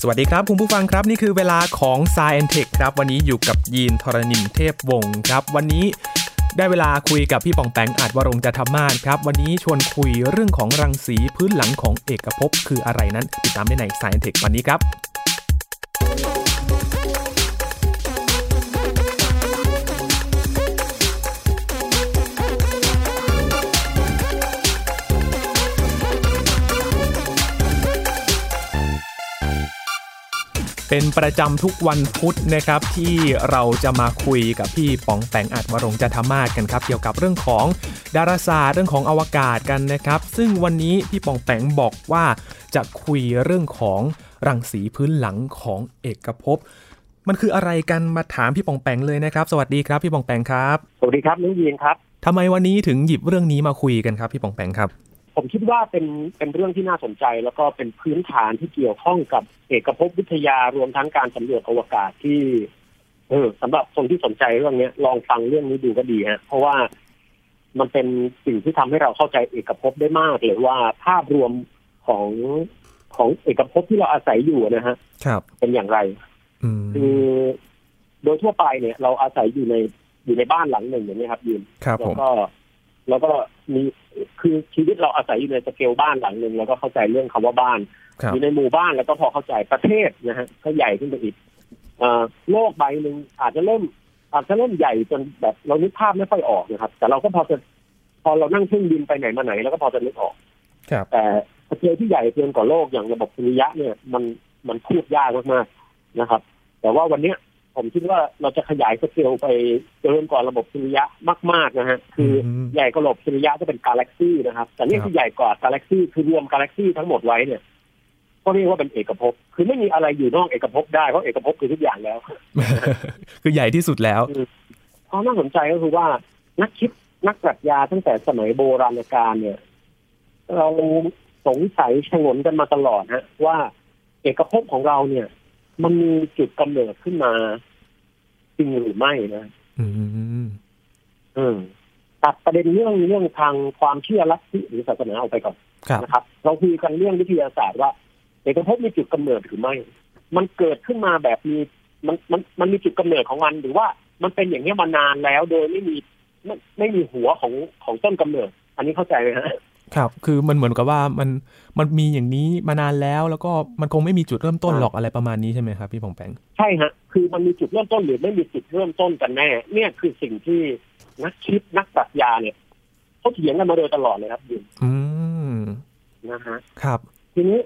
สวัสดีครับ คุณผู้ฟังครับ นี่คือเวลาของ s ซเอนเทคครับ วันนี้อยู่กับยีนทรณินเทพวงศ์ครับ วันนี้ได้เวลาคุยกับพี่ปองแปงอาจวรงค์จะธรรมาศครับ วันนี้ชวนคุยเรื่องของรังสีพื้นหลังของเอกภพคืออะไรนั้นติดตามได้ใน s ซเอนเทควันนี้ครับ เป็นประจำทุกวันพุธนะครับที่เราจะมาคุยกับพี่ป๋องแปงอัดวรงค์จันทมาศกันครับ เกี่ยวกับเรื่องของดาราศาสตร์เรื่องของอวกาศกันนะครับ ซึ่งวันนี้พี่ป๋องแปงบอกว่าจะคุยเรื่องของรังสีพื้นหลังของเอกภพมันคืออะไรกันมาถามพี่ป๋องแปงเลยนะครับ สวัสดีครับพี่ป๋องแปงครับ สวัสดีครับน้องยีนครับ ทำไมวันนี้ถึงหยิบเรื่องนี้มาคุยกันครับพี่ป๋องแปงครับ ผมคิดว่าเป็นเป็นเรื่องที่น่าสนใจ แล้วก็เป็นพื้นฐานที่เกี่ยวข้องกับเอกภพวิทยารวมทั้งการสำรวจอวกาศที่เออสำหรับคนที่สนใจเรื่องเนี้ย ลองฟังเรื่องนี้ดูก็ดีฮะเพราะว่ามันเป็นสิ่งที่ทำให้เราเข้าใจเอกภพได้มากเลยว่าภาพรวมของของเอกภพที่เราอาศัยอยู่นะฮะ ครับ เป็นอย่างไร อืม คือโดยทั่วไปเนี่ย เราอาศัยอยู่ในอยู่ในบ้านหลังหนึ่งอย่างนี้ยครับยีน ครับผ แล้ว ม ก็แล้วก็มีคือชีวิตเราอาศัยอยู่ในสเกลบ้านหลังหนึ่งแล้วก็เข้าใจเรื่องคำว่าบ้าน ครับ อยู่ในหมู่บ้านแล้วก็พอเข้าใจประเทศนะฮะก็ใหญ่ขึ้นไปอีกเอ่อโลกใบหนึ่งอาจจะเริ่ม อาจจะเริ่มใหญ่จนแบบเรานึกภาพไม่ค่อยออกนะครับ แต่เราก็พอจะพอเรานั่งเครื่องบินไปไหนมาไหนแล้วก็พอจะนึกออก ครับ แต่สเกลที่ใหญ่เกินกว่าโลกอย่างระบบสุริยะเนี่ยมันมันคูบยากมากๆนะครับ แต่ว่าวันเนี้ยผมคิดว่าเราจะขยายสเกลไปเกินกว่าระบบสุริยะมาก ๆนะฮะคืออ ม ใหญ่กว่าหลบสุริยะก็เป็นกาแล็กซีนะครับ แต่คนี่รับ ที่ใหญ่กว่ากาแล็กซีคือรวมกาแล็กซีทั้งหมดไว้เนี่ยก็เรียกว่าเป็นเอกภพคือไม่มีอะไรอยู่นอกเอกภพได้เพราะเอกภพคือทุกอย่างแล้ว คือใหญ่ที่สุดแล้ว ความน่าสนใจก็คือว่านักคิดนักปรัชญาตั้งแต่สมัยโบราณกาลเนี่ย เราสงสัยชงนกันมาตลอดฮะ ว่าเอกภพของเราเนี่ย มันมีจุดกำเนิดขึ้นมาจริงหรือไม่นะ อืม อืมตัดประเด็นเรื่องเรื่องทางความเชื่อลัทธิหรือศาสนาออกไปก่อน ครับ นะครับเราคุยกันเรื่องวิทยาศาสตร์ว่าเอกภพมีจุดกำเนิดหรือไม่ มันเกิดขึ้นมาแบบมีมันมันมันมีจุดกำเนิดของมันหรือว่ามันเป็นอย่างนี้ยมานานแล้ว โดยไม่มีไม่ไม่มีหัวของของต้นกำเนิด อันนี้เข้าใจไหมฮะ ครับ คือมันเหมือนกับว่ามันมันมีอย่างนี้มานานแล้ว แล้วก็มันคงไม่มีจุดเริ่มต้นหรอกอะไรประมาณนี้ใช่ไหมครับพี่ปองแปง ใช่ฮะคือมันมีจุดเริ่มต้นหรือไม่มีจุดเริ่มต้นกันแน่ เนี่ยคือสิ่งที่นักคิดนักปรัชญาเนี่ยเขาเถียงกันมาโดยตลอดเลยครับยิน อืม นะฮะ ครับ ทีนี้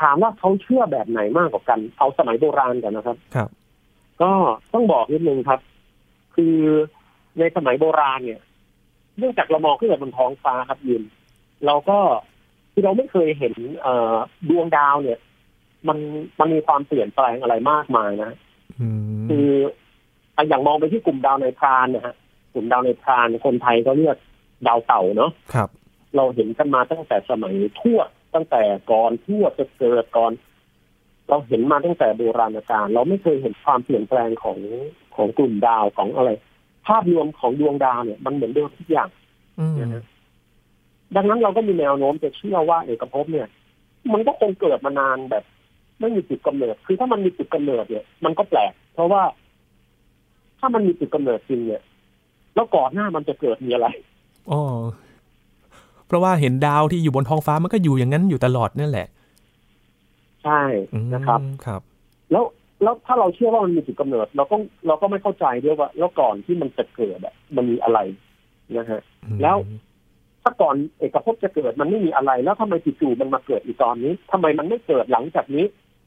ถามว่าเขาเชื่อแบบไหนมากกว่ากัน เอาสมัยโบราณก่อนนะครับ ครับ ก็ต้องบอกนิดนึงครับ คือในสมัยโบราณเนี่ย เนื่องจากเรามองขึ้นไปบนท้องฟ้าครับยินเราก็คือเราไม่เคยเห็นเอ่อดวงดาวเนี่ย มันมันมีความเปลี่ยนแปลงอะไรมากมายนะ อืม คืออ่ะอย่างมองไปที่กลุ่มดาวในพรานนะฮะกลุ่มดาวในพรานคนไทยก็เรียกดาวเต่าเนาะ ครับ เราเห็นกันมาตั้งแต่สมัยทวดตั้งแต่ก่อนทวดจะเกิดก่อน เราเห็นมาตั้งแต่โบราณกาลเราไม่เคยเห็นความเปลี่ยนแปลงของของกลุ่มดาวของอะไร ภาพรวมของดวงดาวเนี่ย มันเหมือนเดิมทุกอย่าง อืม นะฮะดังนั้นเราก็มีแนวโน้มจะเชื่อว่าเอกภพเนี่ย มันก็คงเกิดมานานแบบ ไม่มีจุดกำเนิด คือถ้ามันมีจุดกำเนิดเนี่ย มันก็แปลก เพราะว่า ถ้ามันมีจุดกำเนิดจริงเนี่ย แล้วก่อนหน้ามันจะเกิดมีอะไร อ๋อเพราะว่าเห็นดาวที่อยู่บนท้องฟ้ามันก็อยู่อย่างนั้นอยู่ตลอดนั่นแหละ ใช่ อืม นะครับ ครับ แล้วแล้วถ้าเราเชื่อว่ามันมีจุดกำเนิด เราก็เราก็ไม่เข้าใจด้วยว่า แล้วก่อนที่มันจะเกิดอะมันมีอะไรนะฮะ แล้ว ถ้าก่อนเอกภพจะเกิดมันไม่มีอะไร แล้วทำไมจู่ๆมันมาเกิดอีกตอนนี้ทำไมมันไม่เกิดหลังจากนี้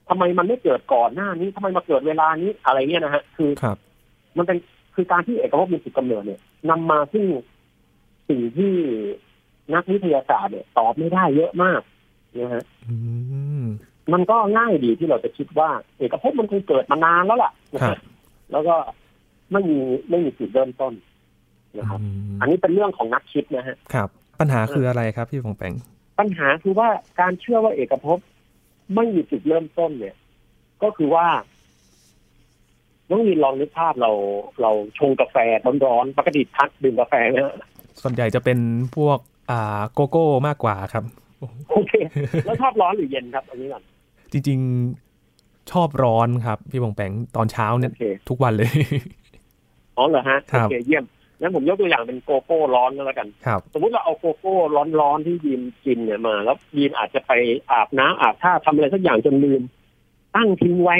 ทำไมมันไม่เกิดก่อนหน้านี้ทำไมมาเกิดเวลานี้อะไรเนี่ยนะฮะคือ ครับ มันเป็นคือการที่เอกภพมีจุดกำเนิดเนี่ยนำมาซึ่งสิ่งที่นักวิทยาศาสตร์เนี่ยตอบไม่ได้เยอะมากนะฮะ อืม มันก็ง่ายดีที่เราจะคิดว่า เอกภพมันคงเกิดมานานแล้วล่ะ ครับ แล้วก็ไม่มีไม่มีจุดเริ่มต้นนะครับ อืม อันนี้เป็นเรื่องของนักคิดนะฮะ ครับ ปัญหาคืออะไรครับพี่ปองแปง ปัญหาคือว่าการเชื่อว่าเอกภพไม่มีจุดเริ่มต้นเนี่ย ก็คือว่าน้องยินลองนึกภาพเรา เราชงกาแฟร้อนๆปกติทัดดื่มกาแฟนะฮะ ส่วนใหญ่จะเป็นพวก อ่าโกโก้มากกว่าครับ โอเค แล้วชอบร้อนหรือเย็นครับ อันนี้ก่อน จริง ชอบร้อนครับ พี่ปองแปงตอนเช้าเนี่ย โอเค ทุกวันเลย อ๋อเหรอฮะ ครั โอบ เคเยี่ยมงั้นผมยกตัวอย่างเป็นโกโก้ร้อนก็แล้วกัน ครับ สมมติเราเอาโกโก้ร้อนๆที่ยีนกินเนี่ยมา แล้วยีนอาจจะไปอาบน้ำอาบท่าทำอะไรสักอย่างจนลืม ตั้งทิ้งไว้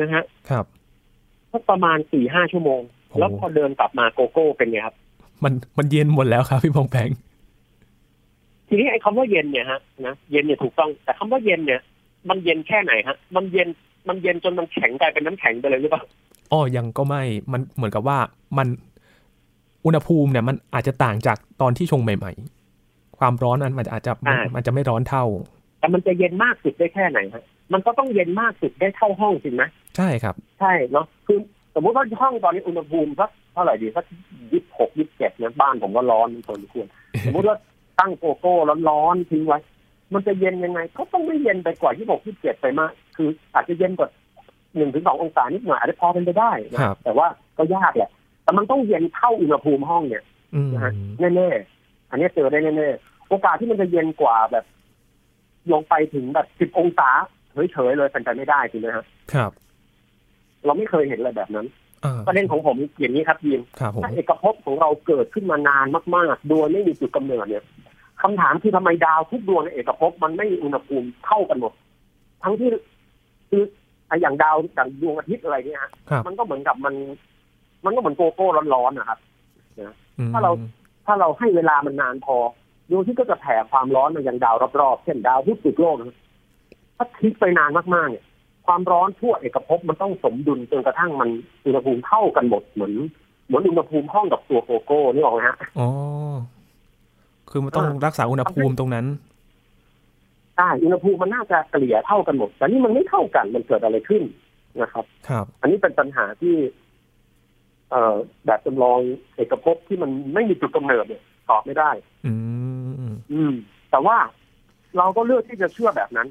นะฮะ ครับ สักประมาณสี่ห้าชั่วโมง โอ้ แล้วพอเดินกลับมาโกโก้เป็นไงครับ มันมันเย็นหมดแล้วครับ พี่ปองแปง ทีนี้ไอ้คำว่าเย็นเนี่ยฮะนะเย็นเนี่ยถูกต้องแต่คำว่าเย็นเนี่ย มันเย็นแค่ไหนฮะ มันเย็นมันเย็นจนมันแข็งกลายเป็นน้ำแข็งไปเลยหรือเปล่า อ้อยังก็ไม่มันเหมือนกับว่ามันอุณหภูมิเนี่ย มันอาจจะต่างจากตอนที่ชงใหม่ ๆ ความร้อนนั้นมันอาจจะมันมันจะไม่ร้อนเท่า แต่มันจะเย็นมากสุดได้แค่ไหนฮะมันก็ต้องเย็นมากสุดได้เท่าห้องจริงไหม ใช่ครับ ใช่เนาะคือสมมติว่าห้องตอนนี้อุณหภูมิสักเท่าไหร่ดีสักยี่สิบหกยี่สิบเจ็ดเนี่ยบ้านผมก็ร้อนพอสมควร สมมติว่าตั้งโกโก้ร้อนๆทิ้งไว้ มันจะเย็นยังไงก็ต้องไม่เย็นไปกว่ายี่สิบหกยี่สิบเจ็ดไปมาก คืออาจจะเย็นกว่าหนึ่งถึงสององศานิดหน่อยอาจจะพอเป็นไปได้นะครับ แต่ว่าก็ยากแหละแต่มันต้องเย็นเท่าอุณหภูมิห้องเนี่ย อืม นะฮะ แน่ๆอันนี้เจอได้แน่ๆโอกาสที่มันจะเย็นกว่าแบบ ลงไปถึงแบบสิบองศาเฉยๆเลยเป็นไปไม่ได้จริงไหมฮะ ครับ เราไม่เคยเห็นอะไรแบบนั้น อ่า ประเด็นของผมอย่างนี้ครับยีน ครับผม ถ้าเอกภพของเราเกิดขึ้นมานานมากๆ โดยไม่มีจุดกำเนิดเนี่ยคำถามคือทำไมดาวทุกดวงในเอกภพมันไม่มีอุณหภูมิเท่ากันหมด ทั้งที่คืออ่ะอย่างดาวอย่างดวงอาทิตย์อะไรเนี่ยฮะ ครับ มันก็เหมือนกับมัน มันก็เหมือนโกโก้ร้อนๆนะครับ อืม ถ้าเรา ถ้าเราให้เวลามันนานพอดวงอาที่ก็จะแผ่ความร้อนมายังดาวรอบๆ เช่นดาวพุธสุดโลกนะครับถ้าทิ้งไปนานมากๆเนี่ยความร้อนทั่วเอกภพมันต้องสมดุลจนกระทั่งมันอุณหภูมิเท่ากันหมดเหมือนเหมือนอุณหภูมิห้องกับตัวโกโก้นี่ออกไหมฮะ อ๋อคือมันต้องรักษาอุณหภูมิตรงนั้น ใช่อุณหภูมิมันน่าจะเกลี่ยเท่ากันหมด แต่นี่มันไม่เท่ากันมันเกิดอะไรขึ้นนะครับ ครับ อันนี้เป็นปัญหาที่ เอ่อแบบจำลองเอกภพที่มันไม่มีจุดกำเนิดเนี่ยตอบไม่ได้ อืม อืม แต่ว่าเราก็เลือกที่จะเชื่อแบบนั้น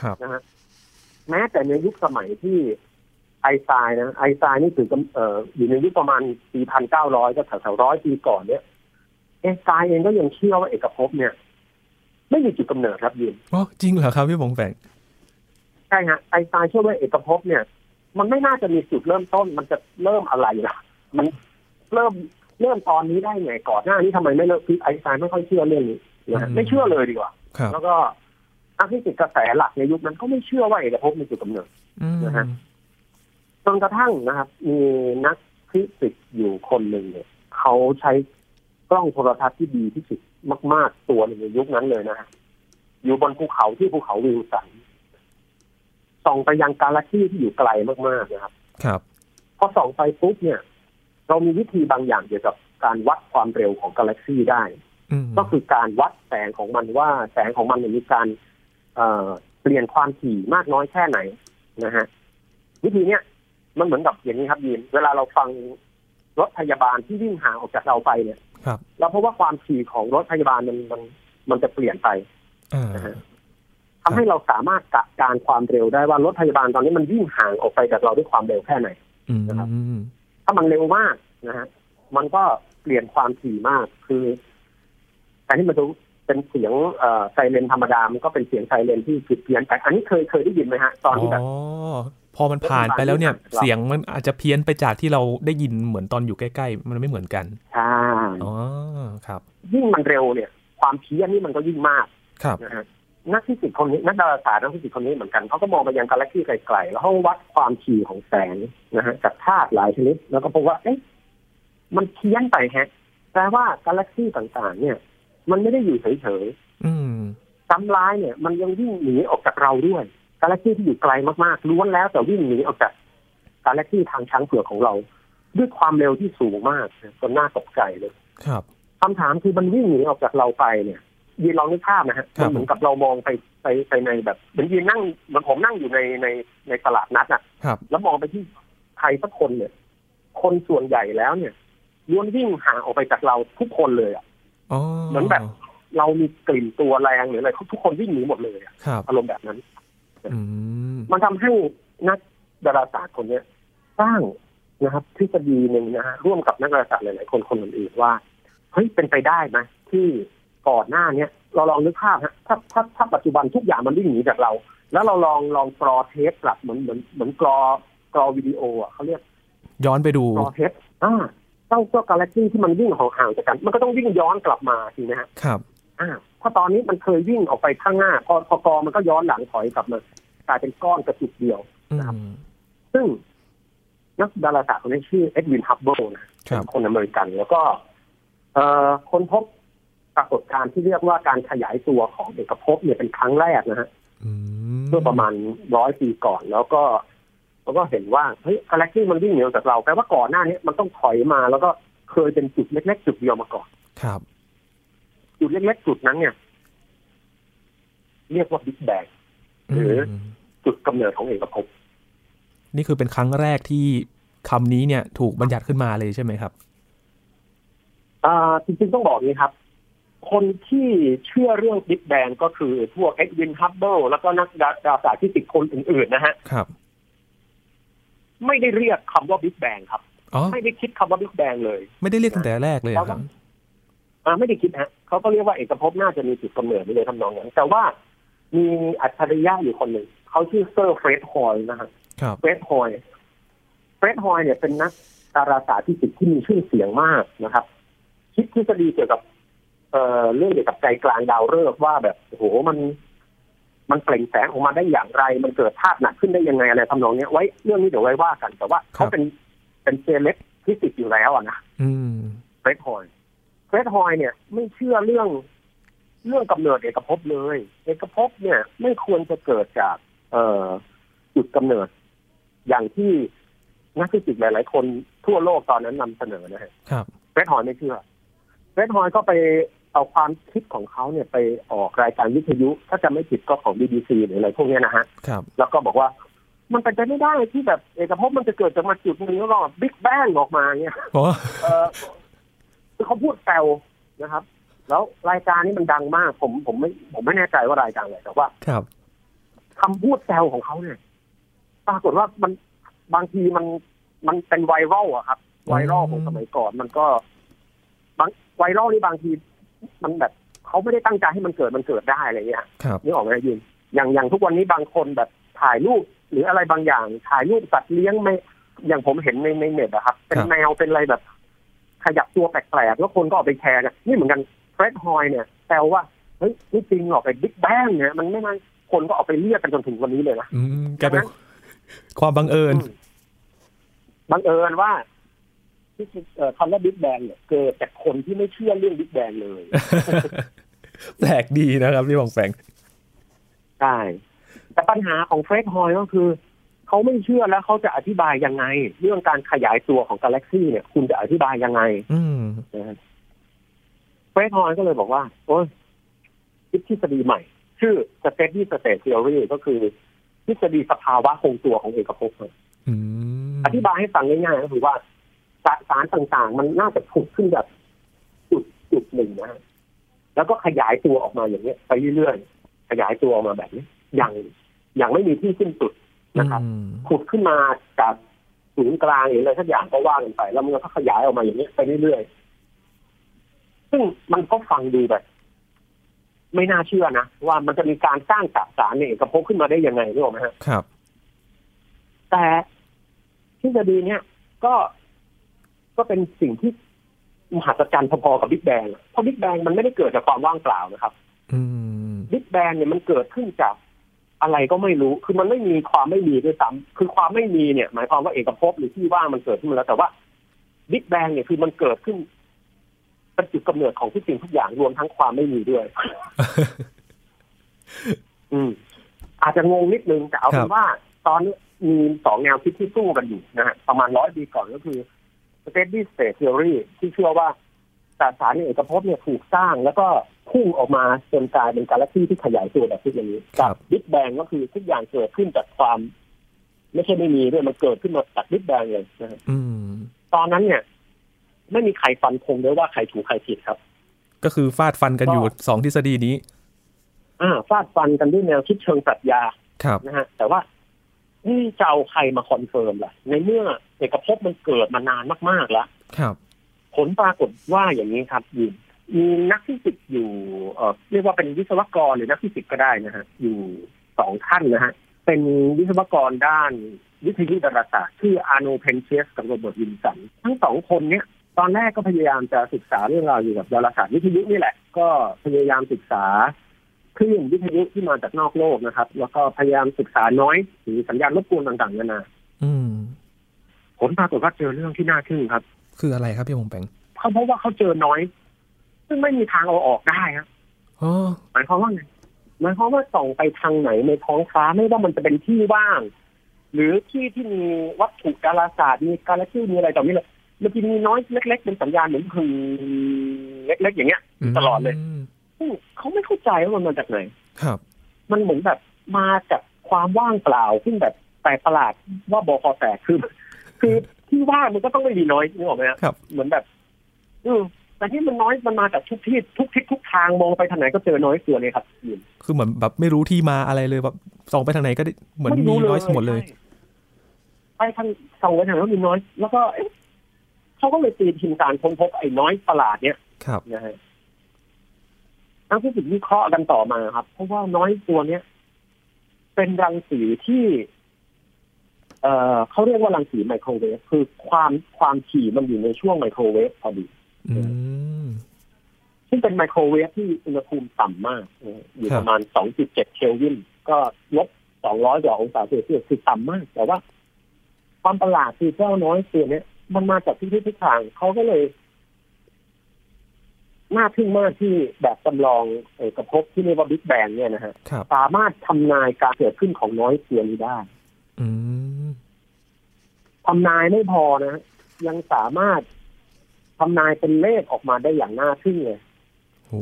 ครับ นะฮะแม้แต่ในยุคสมัยที่ไอน์สไตน์นะไอน์สไตน์นี่ถือกำเอ่ออยู่ในยุคประมาณปีพันเก้าร้อยก็แถวๆร้อยปีก่อนเนี่ยไอน์สไตน์เองก็ยังเชื่อว่าเอกภพเนี่ย ไม่มีจุดกำเนิดครับยิน อ๋อจริงเหรอครับพี่ปองแปง ใช่ฮะไอน์สไตน์เชื่อว่าเอกภพเนี่ย มันไม่น่าจะมีจุดเริ่มต้น มันจะเริ่มอะไรล่ะมันเริ่มเริ่มตอนนี้ได้ไงก่อนหน้านี้ทำไมไม่เลิกคือไอน์สไตน์ไม่ค่อยเชื่อเรื่องนี้นะฮะไม่เชื่อเลยดีกว่า ครับ แล้วก็นักที่ติดกระแสหลักในยุคนั้นก็ไม่เชื่อว่าเอกภพมีจุดกำเนิด อืม นะฮะ จนกระทั่งนะครับ มีนักฟิสิกส์อยู่คนหนึ่งเนี่ยเขาใช้กล้องโทรทัศน์ที่ดีที่สุดมาก ๆ ตัวหนึ่งในยุคนั้นเลยนะฮะอยู่บนภูเขาที่ภูเขาวิลสันส่องไปยังกาแล็กซี่ที่อยู่ไกลมาก ๆ นะครับ ครับ พอส่องไปปุ๊บเนี่ย เรามีวิธีบางอย่างเกี่ยวกับการวัดความเร็วของกาแล็กซี่ได้ อืม ก็คือการวัดแสงของมันว่าแสงของมันเนี่ยมีการเอ่อเปลี่ยนความถี่มากน้อยแค่ไหนนะฮะวิธีเนี้ยมันเหมือนกับอย่างนี้ครับยีนเวลาเราฟังรถพยาบาลที่วิ่งห่างออกจากเราไปเนี่ย ครับ เราพบว่าความถี่ของรถพยาบาลมันมันมันจะเปลี่ยนไป อ่า ทำให้เราสามารถกะการความเร็วได้ว่ารถพยาบาลตอนนี้มันวิ่งห่างออกไปจากเราด้วยความเร็วแค่ไหน อืม นะครับ ถ้ามันเร็วมากนะฮะ มันก็เปลี่ยนความถี่มาก คือแทนที่มันจะเป็นเสียงเอ่อไซเรนธรรมดา มันก็เป็นเสียงไซเรนที่ผิดเพี้ยนไป อันนี้เคยเคยได้ยินไหมฮะ ตอนที่แบบ อ๋อพอมันผ่านไปแล้วเนี่ย เสียงมันอาจจะเพี้ยนไปจากที่เราได้ยินเหมือนตอนอยู่ใกล้ๆ มันไม่เหมือนกัน ใช่ อ๋อครับ ยิ่งมันเร็วเนี่ย ความเพี้ยนนี่มันก็ยิ่งมาก ครับ นะฮะ นักฟิสิกส์คนนี้ นักดาราศาสตร์นักฟิสิกส์คนนี้เหมือนกัน เขาก็มองไปยังกาแล็กซี่ไกลๆ แล้วเขาวัดความถี่ของแสงนะฮะจากธาตุหลายชนิด แล้วก็พบว่า เอ๊ะ มันเพี้ยนไปแฮะ แปลว่ากาแล็กซี่ต่างๆ เนี่ย มันไม่ได้อยู่เฉยๆ อืม ซ้ำร้ายเนี่ยมันยังวิ่งหนีออกจากเราด้วย กาแล็กซี่ที่อยู่ไกลมากๆล้วนแล้วแต่วิ่งหนีออกจากกาแล็กซี่ทางช้างเผือกของเรา ด้วยความเร็วที่สูงมากนะจนน่าตกใจเลย ครับ คำถามคือมันวิ่งหนีออกจากเราไปเนี่ยยีนลองนึกภาพนะฮะ ครับ มันเหมือนกับเรามองไปไปไปในแบบเหมือนยีนนั่งเหมือนผมนั่งอยู่ในในในตลาดนัดอ่ะ ครับ แล้วมองไปที่ใครสักคนเนี่ย คนส่วนใหญ่แล้วเนี่ยล้วนวิ่งห่างออกไปจากเราทุกคนเลยอะ อ๋อ เหมือนแบบ เรามีกลิ่นตัวแรงหรืออะไรทุกคนวิ่งหนีหมดเลยอะ ครับ อารมณ์แบบนั้น อืม มันทำให้นักดาราศาสตร์คนเนี้ยสร้างนะครับทฤษฎีหนึ่งนะฮะร่วมกับนักดาราศาสตร์หลาย ๆ คนคนอื่นๆว่าเฮ้ยเป็นไปได้ไหมที่ ก่อนหน้าเนี้ยเราลองนึกภาพฮะถ้าถ้าถ้าปัจจุบันทุกอย่างมันวิ่งหนีจากเรา แล้วเราลองลองกรอเทปกลับเหมือนเหมือนเหมือนกรอกรอวิดีโออ่ะเขาเรียก ย้อนไปดู กรอเทปอ่าเจ้าเจ้ากาแล็กซี่ที่มันวิ่งห่างๆจากกัน มันก็ต้องวิ่งย้อนกลับมาสินะฮะ ครับ อ่าเพราะตอนนี้มันเคยวิ่งออกไปข้างหน้า พอพอกอมันก็ย้อนหลังถอยกลับมากลายเป็นก้อนกระจุกเดียว อืม ซึ่งนักดาราศาสตร์คนนี้ชื่อเอ็ดวินฮับเบิลนะ ครั เป็ บ นคนอเมริกัน แล้วก็เอ่อคนพบปรากฏการณ์ที่เรียกว่าการขยายตัวของเอกภพเนี่ยเป็นครั้งแรกนะฮะ อืม เมื่อประมาณร้อยปีก่อน แล้วก็แล้วก็เห็นว่าเฮ้ยกาแล็กซี่มันวิ่งเหนียวจากเราแปลว่าก่อนหน้านี้มันต้องถอยมาแล้วก็เคยเป็นจุดเล็กๆจุดเดียวมาก่อน ครับ จุดเล็กๆจุดนั้นเนี่ย เรียกว่าบิ๊กแบง หรืออื ม จุดกำเนิดของเอกภพ นี่คือเป็นครั้งแรกที่คำนี้เนี่ย ถูกบัญญัติขึ้นมาเลยใช่ไหมครับ อ่าจริงๆต้องบอกอย่างนี้ครับ คนที่เชื่อเรื่องบิ๊กแบงก็คือพวกเอ็ดวินฮับเบิลแล้วก็นักดาราศาสตร์ที่ติดคนอื่นๆนะฮะ ครับ ไม่ได้เรียกคำว่าบิ๊กแบงครับ อ๋อ ไม่ได้คิดคำว่าบิ๊กแบงเลย ไม่ได้เรียกตั้งแต่แรกเลยเหรอครับ อ่าไม่ได้คิดฮะเขาก็เรียกว่าเอกภพน่าจะมีจุดกำเนิดนี่เลยทำนองนั้นแต่ว่ามีอัจฉริยะอยู่คนหนึ่ง เขาชื่อเซอร์เฟรดฮอยล์นะฮะ ครับ เฟรดฮอยล์เฟรดฮอยล์เนี่ยเป็นนักดาราศาสตร์ที่ติดที่มีชื่อเสียงมากนะครับ คิดทฤษฎีเกี่ยวกับ เอ่อเรื่องเกี่ยวกับใจกลางดาวฤกษ์ว่าแบบโอ้โหมัน มันเปล่งแสงออกมาได้อย่างไร มันเกิดธาตุหนักขึ้นได้ยังไงอะไรทำนองเนี้ยไว้เรื่องนี้เดี๋ยวไว้ว่ากัน แต่ว่าเขา ครับ เป็นเป็นเซเลบที่ติดอยู่แล้วอะนะ อืม เฟรดฮอยน์เฟรดฮอยน์เนี่ย ไม่เชื่อเรื่องเรื่องกำเนิดเอกภพเลย เอกภพเนี่ย ไม่ควรจะเกิดจาก เอ่อจุดกำเนิด อย่างที่นักฟิสิกส์หลาย ๆ คนทั่วโลกตอนนั้นนำเสนอนะฮะ ครับ เฟรดฮอยน์ไม่เชื่อเฟรดฮอยน์ก็ไปเอาความคิดของเขาเนี่ยไปออกรายการวิทยุ ถ้าจะไม่ผิดก็ของ BBC หรืออะไรพวกเนี้ยนะฮะ ครับ แล้วก็บอกว่า มันเป็นไปไม่ได้ที่แบบเอกภพมันจะเกิดจากมาจุดหนึ่งแล้วก็บิ๊กแบงออกมาเนี่ย อ๋อ เอ่อคือเขาพูดแซวนะครับ แล้วรายการนี้มันดังมาก ผมผมไม่ผมไม่แน่ใจว่ารายการอะไรแต่ว่า ครับ คำพูดแซวของเขาเนี่ยปรากฏว่ามันบางทีมันมันเป็นไวรัลอะครับ ไวรัลของสมัยก่อน มันก็บางไวรัลนี่บางทีมันแบบเขาไม่ได้ตั้งใจให้มันเกิดมันเกิดได้อะไรเงี้ย ครับ นี่ออกไหมยินอย่างอย่างทุกวันนี้บางคนแบบถ่ายรูปหรืออะไรบางอย่าง ถ่ายรูปสัตว์เลี้ยงไม่ อย่างผมเห็นในในเน็ตอะครับ เป็น ครับ แมวเป็นอะไรแบบ ขยับตัวแปลกๆแล้วคนก็เอาไปแชร์กันนี่เหมือนกันเฟรดฮอยเนี่ยแซวว่าเฮ้ยไม่จริงหรอกไอ้บิ๊กแบงเนี่ยมันไม่น่าคนก็เอาไปเรียกกันจนถึงวันนี้เลยนะ อืมกลายเป็น ดังนั้น ความบังเอิญ อืมบังเอิญว่าที่เอ่อคำว่าบิ๊กแบงเนี่ยเกิดจากคนที่ไม่เชื่อเรื่องบิ๊กแบงเลย แปลกดีนะครับพี่ปองแปง ใช่แต่ปัญหาของเฟรดฮอยก็คือ เขาไม่เชื่อแล้วเขาจะอธิบายยังไง เรื่องการขยายตัวของกาแล็กซี่เนี่ย คุณจะอธิบายยังไง อืม เฟรดฮอยก็เลยบอกว่า โอ้ยคิดทฤษฎีใหม่ ชื่อ steady state theory ก็คือทฤษฎีสภาวะคงตัวของเอกภพครับ อืม อธิบายให้ฟังง่ายๆก็คือว่าสาสารต่างๆ มันน่าจะถูกขึ้นจากจุดจุดหนึ่งนะฮะแล้วก็ขยายตัวออกมาอย่างเนี้ยไปเรื่อยๆขยายตัวออกมาแบบนี้อย่างอย่างไม่มีที่สิ้นสุดนะครับ อืม ขุดขึ้นมาจากศูนย์กลางหรืออะไรสักอย่างก็ว่ากันไป แล้วมันก็ขยายออกมาอย่างนี้ยไปเรื่อยๆ ซึ่งมันก็ฟังดูแบบ ไม่น่าเชื่อนะ ว่ามันจะมีการสร้างสสารเนี่ยกระพบขึ้นมาได้ยังไงรู้ไหมฮะ ครับ แต่ทฤษฎีเนี่ยก็ก็เป็นสิ่งที่มหัศจรรย์พอๆกับบิ๊กแบงเพราะบิ๊กแบงมันไม่ได้เกิดจากความว่างเปล่านะครับ อืม บิ๊กแบงเนี่ยมันเกิดขึ้นจากอะไรก็ไม่รู้ คือมันไม่มีความไม่มีด้วยซ้ำคือความไม่มีเนี่ย หมายความว่าเอกภพหรือที่ว่างมันเกิดขึ้นมาแล้ว แต่ว่าบิ๊กแบงเนี่ยคือมันเกิดขึ้นเป็นจุดกำเนิดของทุกสิ่งทุกอย่างรวมทั้งความไม่มีด้วย อืม อาจจะงงนิดนึงแต่เอาคเป็รั น บ ว่า ตอนนี้มีสองแนวคิดที่สู้กันอยู่นะฮะประมาณร้อยปีก่อนก็คือ steady state theory ที่เชื่อว่าสสารในเอกภพเนี่ยถูกสร้างแล้วก็พุ่งออกมาจนกลายเป็นกาแล็กซี่ที่ขยายตัวแบบทุกวันนี้ ครับ บิ๊กแบงก็คือทุกอย่างเกิดขึ้นจากความ ไม่ใช่ไม่มีด้วยมันเกิดขึ้นมาจากบิ๊กแบงเลยนะฮะ อืม ตอนนั้นเนี่ย ไม่มีใครฟันธงได้ว่าใครถูกใครผิดครับ ก็คือฟาดฟันกันอยู่สองทฤษฎีนี้ อ่าฟาดฟันกันด้วยแนวคิดเชิงปรัชญา ครับ นะฮะแต่ว่านี่จะเอาใครมาคอนเฟิร์มล่ะ ในเมื่อเอกภพมันเกิดมานานมาก ๆ แล้ว ครับ ผลปรากฏว่าอย่างนี้ครับยิน มีนักฟิสิกส์อยู่เอ่อเรียกว่าเป็นวิศวกรหรือนักฟิสิกส์ก็ได้นะฮะอยู่สองท่านนะฮะเป็นวิศวกรด้านวิทยุดาราศาสตร์ชื่ออาร์โนเพนเชสกับโรเบิร์ตวินสันทั้งสองคนเนี้ยตอนแรกก็พยายามจะศึกษาเรื่องราวอยู่ยวกับดาราศาสตร์วิทยุนี่แหละ ก็พยายามศึกษาคลื่นวิทยุที่มาจากนอกโลกนะครับ แล้วก็พยายามศึกษาน้อยถึงสัญญาณรบกวนต่างๆนานา อืม ผลปรากฏว่าเจอเรื่องที่น่าทึ่งครับ คืออะไรครับพี่ปองแปง เขาพบว่าเขาเจอน้อย ซึ่งไม่มีทางเอาออกได้ครับ อ๋อ หมายความว่าไงหมายความว่าส่องไปทางไหนในท้องฟ้าไม่ว่ามันจะเป็นที่ว่าง หรือที่ที่มีวัตถุดาราศาสตร์มีกาแล็กซี่มีอะไรต่อมีอะไรมันจะมีน้อยเล็ก ๆ เป็นสัญญาณเหมือนพึงเล็ก ๆ อย่างเงี้ย ตลอดเลย ม ซึ่งเขาไม่เข้าใจว่ามันมาจากไหน ครับ มันเหมือนแบบมาจากความว่างเปล่าซึ่งแบบแปลกประหลาดว่าบคอแตก คือ คือที่ว่างมันก็ต้องไม่มีน้อยนึกออกไหมฮะ ครับ เหมือนแบบอืมแต่ที่มันน้อยมันมาจากทุกที่ทุกทิศทุกทางมองไปทางไหนก็เจอน้อยเสือเลยครับ คือเหมือนแบบไม่รู้ที่มาอะไรเลยแบบส่องไปทางไหนก็ได้เหมือนมีไรู้ น้อยหมดเลย ใช่ไปทางสองไปทางแล้วมีน้อย แล้วก็เอ๊ะเขาก็เลยตีทีมการค้นพบไอ้น้อยประหลาดเนี่ย ครับ นะฮะนักฟิสิกส์วิเคราะห์กันต่อมาครับ เพราะว่าน้อยตัวเนี้ยเป็นรังสีที่ เอ่อเขาเรียกว่ารังสีไมโครเวฟคือความความถี่มันอยู่ในช่วงไมโครเวฟพอดี อืม ซึ่งเป็นไมโครเวฟที่อุณหภูมิต่ำมากนะฮะอยู่ ครั ป บ ระมาณ 2.7 เคลวิน ก็ลบ 200กว่าองศาเซลเซียสคือต่ำมาก แต่ว่า ความประหลาดคือเจ้าน้อยตัวเนี้ย มันมาจากที่ที่ทิศทาง เขาก็เลยน่าทึ่งมากที่แบบจำลองเอกภพที่เรียกว่าบิ๊กแบงเนี่ยนะฮะ ครับ สามารถทำนายการเกิดขึ้นของน้อยตัวนี้ได้ อืม ทำนายไม่พอนะฮะยังสามารถทำนายเป็นเลขออกมาได้อย่างน่าทึ่งเลย โห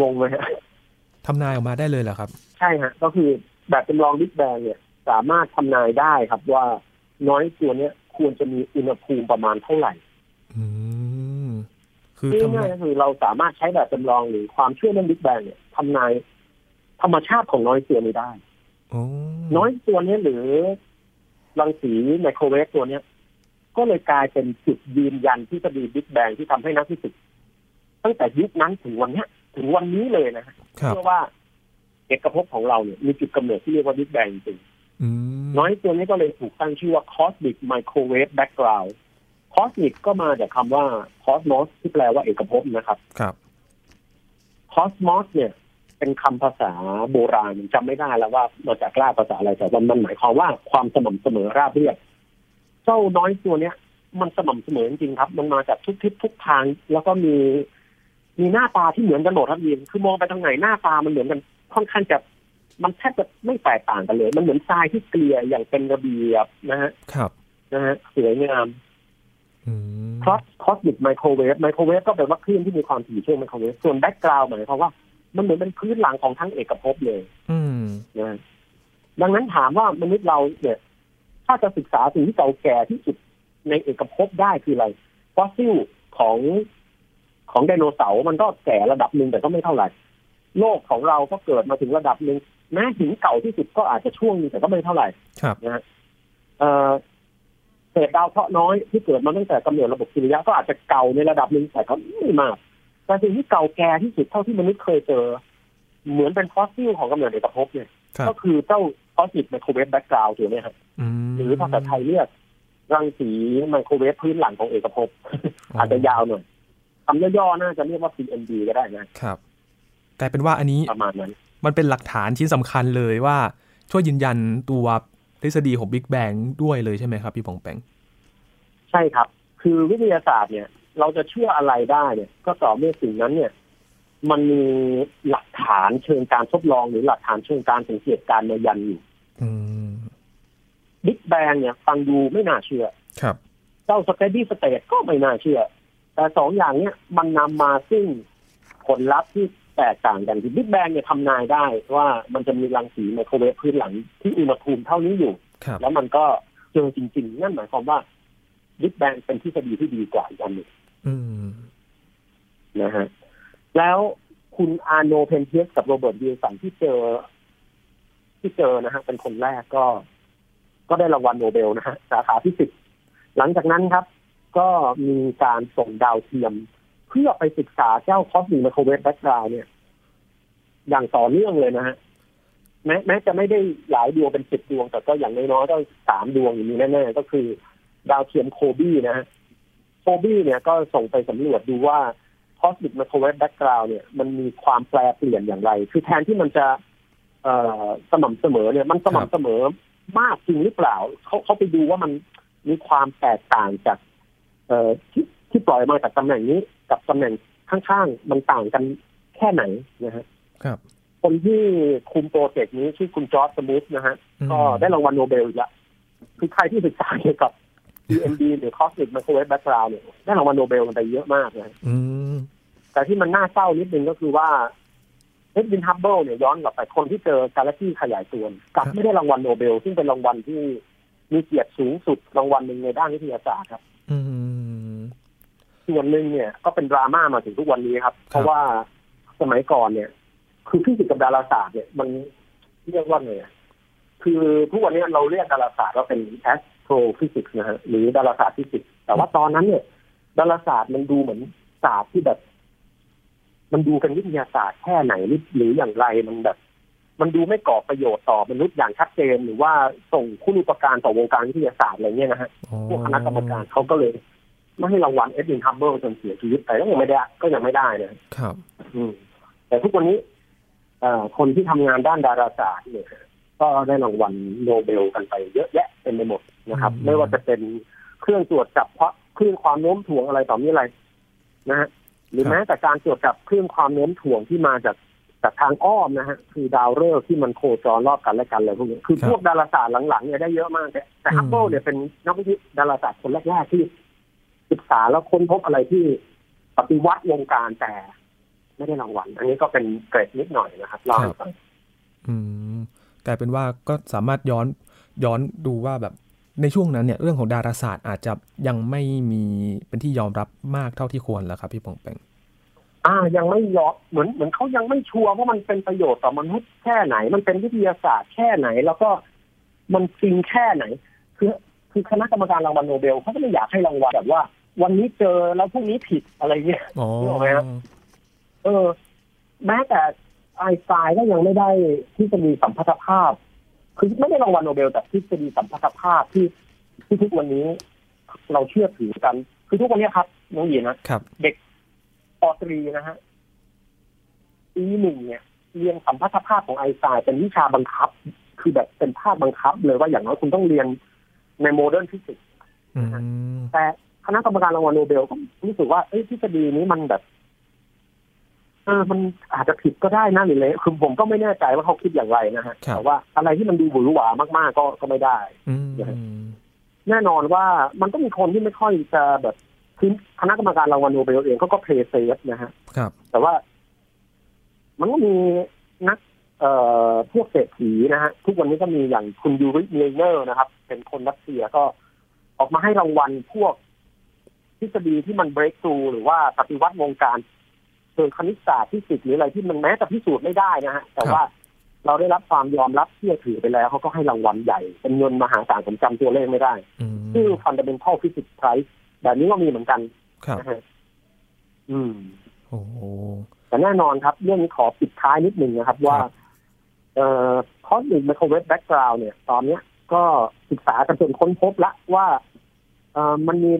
งงไหมฮะ ทำนายออกมาได้เลยเหรอครับ ใช่ฮะก็คือแบบจำลองบิ๊กแบงเนี่ย สามารถทำนายได้ครับว่าน้อยตัวเนี้ยควรจะมีอุณหภูมิประมาณเท่าไหร่ อืม คือง่านทำาย ย ๆก็คือเราสามารถใช้แบบจำลองหรือความเชื่อเรื่องบิ๊กแบงเนี่ยทำนายธรรมชาติของน้อยตัวนี้ได้ โอ้ น้อยตัวเนี้ยหรือรังสีไมโครเวฟตัวเนี้ย ก็เลยกลายเป็นจุดยืนยันที่จะดีบิ๊กแบงที่ทำให้นักฟิสิกส์ตั้งแต่ยุคนั้นถึงวันเนี้ย ถึงวันนี้เลยนะฮะ ครับ เชื่อว่าเอกภพของเราเนี่ยมีจุดกำเนิดที่เรียกว่าบิ๊กแบงจริง อืม น้อยตัวนี้ก็เลยถูกตั้งชื่อว่า cosmic microwave background cosmic ก็มาจากคำว่า cosmos ที่แปลว่าเอกภพนะครับ ครับ cosmos เนี่ย เป็นคำภาษาโบราณผมจำไม่ได้แล้วว่ามาจากรากภาษาอะไรแต่ว่ามันหมายความว่าความสม่ำเสมอราบเรียบเจ้าน้อยตัวเนี้ย มันสม่ำเสมอจริงๆครับ มันมาจากทุกทิศทุกทาง แล้วก็มี มีหน้าตาที่เหมือนกันหมดครับยีนคือมองไปทางไหนหน้าตามันเหมือนกัน ค่อนข้างจะมันแทบจะไม่แตกต่างกันเลย มันเหมือนทรายที่เกลี่ยอย่างเป็นระเบียบนะฮะ ครับ นะฮะสวยงาม อืม คอสคอสมิกไมโครเวฟไมโครเวฟก็แปลว่าคลื่นที่มีความถี่ช่วงไมโครเวฟส่วนแบ็กกราวด์หมายความว่า มันเหมือนเป็นพื้นหลังของทั้งเอกภพเลย อืม นะดังนั้นถามว่ามนุษย์เราเนี่ย ถ้าจะศึกษาสิ่งที่เก่าแก่ที่สุดในเอกภพได้คืออะไรฟอสซิลของของไดโนเสาร์มันก็แก่ระดับหนึ่งแต่ก็ไม่เท่าไหร่ โลกของเราก็เกิดมาถึงระดับหนึ่งแม้หินเก่าที่สุดก็อาจจะช่วงหนึงแต่ก็ไม่เท่าไหร่ ครับ เอ่อเศษดาวเคราะห์น้อยที่เกิดมาตั้งแต่กำเนิดระบบสุริยะก็อาจจะเก่าในระดับหนึ่งแต่ก็ไม่มากแต่สิ่งที่เก่าแก่ที่สุดเท่าที่มนุษย์เคยเจอ เหมือนเป็นฟอสซิลของกำเนิดเอกภพเนี่ย ครับ ก็คือเจ้าฟอสซิลไมโครเวฟแบ็กกราวด์ตัวเนี้ครับ อืม หรือภาษาไทยเรียกรังสีไมโครเวฟพื้นหลังของเอกภพ อาจจะยาวหน่อยคำย่อๆน่าจะเรียกว่า PMD ก็ได้นะครับ กลายเป็นว่าอันนี้ ประมาณนั้น มันเป็นหลักฐานชิ้นสำคัญเลยว่า ช่วยยืนยันตัวทฤษฎีของบิ๊กแบงด้วยเลยใช่ไหมครับ พี่ปองแปง ใช่ครับ คือวิทยาศาสตร์เนี่ย เราจะเชื่ออะไรได้เนี่ย ก็ต่อเมื่อสิ่งนั้นเนี่ย มันมีหลักฐานเชิงการทดลองหรือหลักฐานเชิงการสังเกตการณ์มายันอยู่ อืม บิ๊กแบงเนี่ย ฟังดูไม่น่าเชื่อ ครับ เจ้าสเตดี้สเตทก็ไม่น่าเชื่อ แต่สองอย่างเนี่ยมันนำมาซึ่งผลลัพธ์ที่แตกต่างกันคือบิ๊กแบงเนี่ยทำนายได้ว่ามันจะมีรังสีไมโครเวฟพื้นหลังที่อุณหภูมิเท่านี้อยู่ ครับ แล้วมันก็เจอจริงๆนั่นหมายความว่าบิ๊กแบงเป็นทฤษฎีที่ดีกว่าอีกอันหนึ่ง อืม นะฮะแล้วคุณอาโนเพนเทียสกับโรเบิร์ตวิลสันที่เจอ ที่เจอนะฮะเป็นคนแรกก็ ก็ได้รางวัลโนเบลนะฮะสาขาฟิสิกส์หลังจากนั้นครับ ก็มีการส่งดาวเทียม เพื่อไปศึกษาเจ้าคอสมิกไมโครเวฟแบ็กกราวเนี่ย อย่างต่อเนื่องเลยนะฮะแม้แม้จะไม่ได้หลายดวงเป็นสิบดวง แต่ก็อย่างน้อยๆต้องสามดวงอย่างนี้แน่ๆก็คือ ดาวเทียมโคบี้นะฮะโคบี้เนี่ยก็ส่งไปสำรวจดูว่าคอสมิกไมโครเวฟแบ็กกราวเนี่ยมันมีความแปรเปลี่ยนอย่างไร คือแทนที่มันจะ เอ่อสม่ำเสมอเนี่ย มันคสรับ ม่ำเสมอมากจริงหรือเปล่าเขาเขาไปดูว่ามันมีความแตกต่างจาก เอ่อที่ที่ปล่อยมาจากตำแหน่งนี้กับตำแหน่งข้างๆ มันต่างกันแค่ไหนนะฮะ ครับ คนที่คุมโปรเจกต์นี้ชื่อคุณจอร์จสมูทนะฮะ อืม ก็ได้รางวัลโนเบลอีกละคือใครที่ศึกษาเกี่ยวกับ EMD หรือ Cosmic Microwave Background เนี่ยได้รางวัลโนเบลมันไปเยอะมากนะ อืม แต่ที่มันน่าเศร้านิดนึงก็คือว่าเอ็ดวินฮับเบิลเนี่ยย้อนกลับไปคนที่เจอกาแล็กซี่ขยายตัวกลับไม่ได้รางวัลโนเบล ซึ่งเป็นรางวัลที่มีเกียรติสูงสุดรางวัลหนึ่งในด้านวิทยาศาสตร์ครับ อืม ส่วนหนึ่งเนี่ยก็เป็นดราม่ามาถึงทุกวันนี้ครับ เพ ครั ราะ บ ว่าสมัยก่อนเนี่ย คือฟิสิกส์กับดาราศาสตร์เนี่ยมันเรียกว่าไงอะคือทุกวันนี้เราเรียกดาราศาสตร์ว่าเป็น astrophysics นะฮะหรือดาราศาสตร์ฟิสิกส์แต่ว่าตอนนั้นเนี่ย ดาราศาสตร์มันดูเหมือนศาสตร์ที่แบบ มันดูกันวิทยาศาสตร์แค่ไหนหรือหรืออย่างไรมันแบบ มันดูไม่ก่อประโยชน์ต่อมนุษย์อย่างชัดเจนหรือว่าส่งคุณูปการต่อวงการวิทยาศาสตร์อะไรเงี้ยนะฮะ อ๋อ พวกคณะกรรมการเขาก็เลยไม่ให้รางวัลเอ็ดวินฮับเบิลจนเสียชีวิตไปก็ยังไม่ได้ก็ยังไม่ได้นะครับ อืม แต่ทุกวันนี้เอ่อคนที่ทำงานด้านดาราศาสตร์เนี่ย ก็ได้รางวัลโนเบลกันไปเยอะแยะเต็มไปหมดนะครับ อืม ไม่ว่าจะเป็นเครื่องตรวจจับเพราะคลื่นความโน้มถ่วงอะไรต่อมีอะไรนะฮะหรือแม้แต่การตรวจจับคลื่นความโน้มถ่วงที่มาจากจากทางอ้อมนะฮะคือดาวฤกษ์ที่มันโคจรรอบกันและกันอะไรพวกนี้คือพวกดาราศาสตร์หลังๆเนี่ยได้เยอะมากแต่แต่ฮับเบิลเนี่ยเป็นนักวิทยาดาราศาสตร์คนแรกๆที่ศึกษาแล้วค้นพบอะไรที่ปฏิวัติวงการแต่ ไม่ได้รางวัล อันนี้ก็เป็นเกรดนิดหน่อยนะครับเล่าให้ฟัง อืมกลายเป็นว่าก็สามารถย้อนย้อนดูว่าแบบในช่วงนั้นเนี่ยเรื่องของดาราศาสตร์อาจจะยังไม่มีเป็นที่ยอมรับมากเท่าที่ควรแล้วครับพี่ปองแปง อ่ายังไม่ยอมเหมือนเหมือนเขายังไม่ชัวร์ว่ามันเป็นประโยชน์ต่อมนุษย์แค่ไหน มันเป็นวิทยาศาสตร์แค่ไหน แล้วก็มันจริงแค่ไหน คือคือคณะกรรมการรางวัลโนเบลเขาก็ไม่อยากให้รางวัลแบบว่า วันนี้เจอแล้วพรุ่งนี้ผิดอะไรเงี้ย อ๋อ นึกออกไหมครับ เออ แม้แต่ไอน์สไตน์ก็ยังไม่ได้ที่จะมีสัมพัทธภาพ คือไม่ได้รางวัลโนเบลแต่ที่จะมีสัมพัทธภาพที่ที่ทุกวันนี้เราเชื่อถือกัน คือทุกวันนี้ครับน้องหยีนะ ครับ เด็กปอตรีนะฮะปีหนึ่งเนี่ย เรียนสัมพัทธภาพของไอน์สไตน์เป็นวิชาบังคับ คือแบบเป็นภาคบังคับเลยว่าอย่างน้อยคุณต้องเรียนในโมเดิร์นฟิสิกส์ อืม แต่คณะกรรมการรางวัลโนเบลก็รู้สึกว่าเอ้ยทฤษฎีนี้มันแบบเออมันอาจจะผิดก็ได้นะหรืออะไรคือผมก็ไม่แน่ใจว่าเขาคิดอย่างไรนะฮะแต่ว่าอะไรที่มันดูหวือหวามากๆก็ก็ไม่ได้ อืม แน่นอนว่ามันก็มีคนที่ไม่ค่อยจะแบบคือคณะกรรมการรางวัลโนเบลเองเขาก็เพลย์เซฟนะฮะ ครับ แต่ว่ามันก็มีนัก เอ่อพวกเศรษฐีนะฮะ ทุกวันนี้ก็มีอย่างคุณยูริเมเนอร์นะครับ เป็นคนรัสเซียก็ออกมาให้รางวัลพวกทฤษฎีที่มัน break through หรือว่าปฏิวัติวงการเชิงคณิตศาสตร์ฟิสิกส์หรืออะไรที่มันแม้จะพิสูจน์ไม่ได้นะฮะ แต่ว่าเราได้รับความยอมรับเชื่อถือไปแล้วเขาก็ให้รางวัลใหญ่ เป็นเงินมหาศาลผมจำตัวเลขไม่ได้ อืม ชื่อ fundamental physics prize แบบนี้ก็มีเหมือนกัน ครับ นะฮะอืม โอ้โห แต่แน่นอนครับ เรื่องนี้ขอปิดท้ายนิดนึงนะครับ ว่า ครับ เอ่อคอสมิกไมโครเวฟแบ็กกราวน์เนี่ย ตอนเนี้ยก็ศึกษากันจนค้นพบละว่าเอ่อมันมี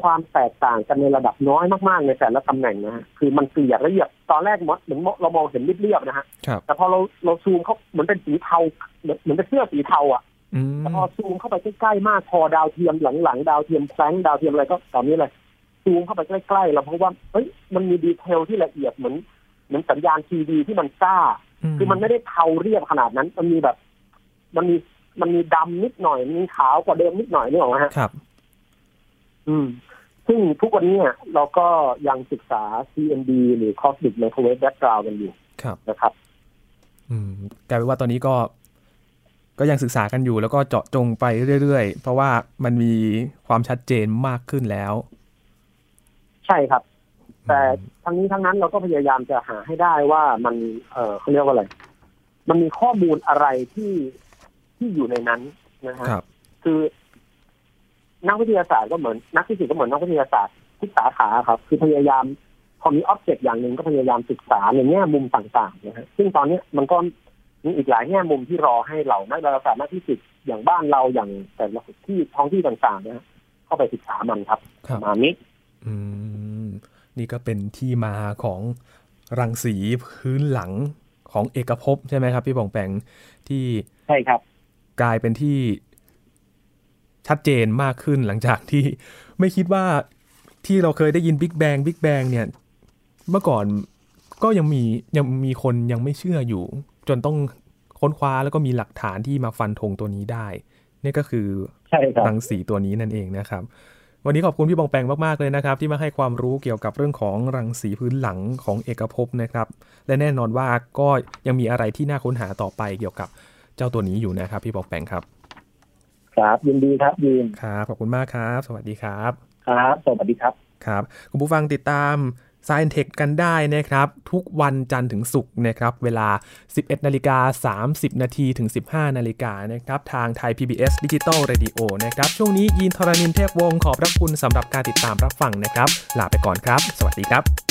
ความแตกต่างกันในระดับน้อยมากๆในแต่ละตำแหน่งนะฮะคือมันเกลี่ยละเอียดตอนแรกมดเหมือนเรามองเห็นเรียบๆนะฮะ ครับ แต่พอเราเราซูมเขาเหมือนเป็นสีเทาเหมือนเหมือนเป็นเสื้อสีเทาอ่ะ อืม แต่พอซูมเข้าไปใกล้ๆมากพอดาวเทียมหลังๆดาวเทียมแฟลงก์ดาวเทียมอะไรก็ตอนนี้เลย ซูมเข้าไปใกล้ๆเราพบว่าเอ้ยมันมีดีเทลที่ละเอียดเหมือนเหมือนสัญญาณทีวีที่มันซ่า คือมันไม่ได้เทาเรียบขนาดนั้น มันมีแบบ มันมีมันมีดำนิดหน่อยมีขาวกว่าเดิมนิดหน่อยนี่หรอกไหมฮะ ครับ อืม ซึ่งทุกวันนี้เนี่ยเราก็ยังศึกษา CMB หรือ Cosmic Microwave Background กันอยู่ ครับ นะครับ อืมกลายเป็นว่าตอนนี้ก็ ก็ยังศึกษากันอยู่แล้วก็เจาะจงไปเรื่อยๆ เพราะว่ามันมีความชัดเจนมากขึ้นแล้ว ใช่ครับ แต่ทั้งนี้ทั้งนั้นเราก็พยายามจะหาให้ได้ว่ามันเออเขาเรียกว่าอะไร มันมีข้อมูลอะไรที่ที่อยู่ในนั้นนะฮะ ครับ คือนักวิทยาศาสตร์ก็เหมือนนักฟิสิกส์ก็เหมือนนักวิทยาศาสตร์ทุกสาขาครับ คือพยายาม พอมีอ็อบเจกต์อย่างหนึ่งก็พยายามศึกษาในแง่มุมต่างๆนะฮะซึ่งตอนเนี้ยมันก็มีอีกหลายแง่มุมที่รอให้เรานักดาราศาสตร์นักฟิสิกส์อย่างบ้านเราอย่างแต่ละที่ท้องที่ต่างๆนะฮะเข้าไปศึกษามันครับ ครั ป บ ระมาณนี้ อืม นี่ก็เป็นที่มาของรังสีพื้นหลังของเอกภพใช่ไหมครับ พี่ปองแปงที่ ใช่ครับ กลายเป็นที่ชัดเจนมากขึ้นหลังจากที่ไม่คิดว่าที่เราเคยได้ยินบิ๊กแบงบิ๊กแบงเนี่ย เมื่อก่อนก็ยังมียังมีคนยังไม่เชื่ออยู่ จนต้องค้นคว้าแล้วก็มีหลักฐานที่มาฟันธงตัวนี้ได้ นี่ก็คือ ใช่ครับ รังสีตัวนี้นั่นเองนะครับ วันนี้ขอบคุณพี่บองแปงมากๆเลยนะครับ ที่มาให้ความรู้เกี่ยวกับเรื่องของรังสีพื้นหลังของเอกภพนะครับ และแน่นอนว่าก็ยังมีอะไรที่น่าค้นหาต่อไปเกี่ยวกับเจ้าตัวนี้อยู่นะครับ พี่บองแปงครับ ครับยินดีครับยิน ครับขอบคุณมากครับ สวัสดีครับ ครับ สวัสดีครับ ครับคุณผู้ฟังติดตาม s ซ i e n t e c h กันได้นะครับ ทุกวันจันทร์ถึงศุกร์นะครับ เวลา 11นาฬิกา30 นาทีถึง 15 นาฬิกานะครับ ทางไทย PBS Digital Radio นะครับ ช่วงนี้ยินทรณินเทพวงศ์ขอบพระคุณสำหรับการติดตามรับฟังนะครับ ลาไปก่อนครับ สวัสดีครับ